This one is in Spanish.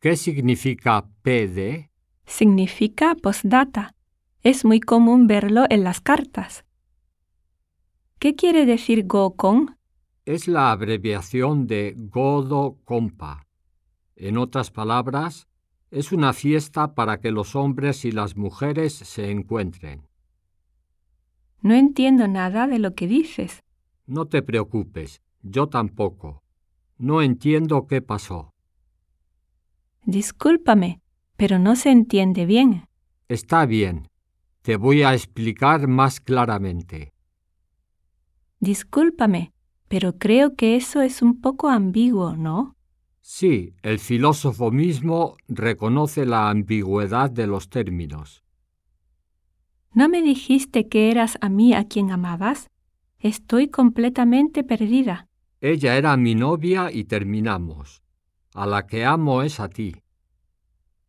¿Qué significa PD? Significa postdata. Es muy común verlo en las cartas. ¿Qué quiere decir Gokon? Es la abreviación de Godo Compa. En otras palabras, es una fiesta para que los hombres y las mujeres se encuentren. No entiendo nada de lo que dices. No te preocupes, yo tampoco. No entiendo qué pasó. Discúlpame, pero no se entiende bien. Está bien, te voy a explicar más claramente. Discúlpame, pero creo que eso es un poco ambiguo, ¿no? Sí, el filósofo mismo reconoce la ambigüedad de los términos. ¿No me dijiste que eras a mí a quien amabas? Estoy completamente perdida. Ella era mi novia y terminamos. A la que amo es a ti.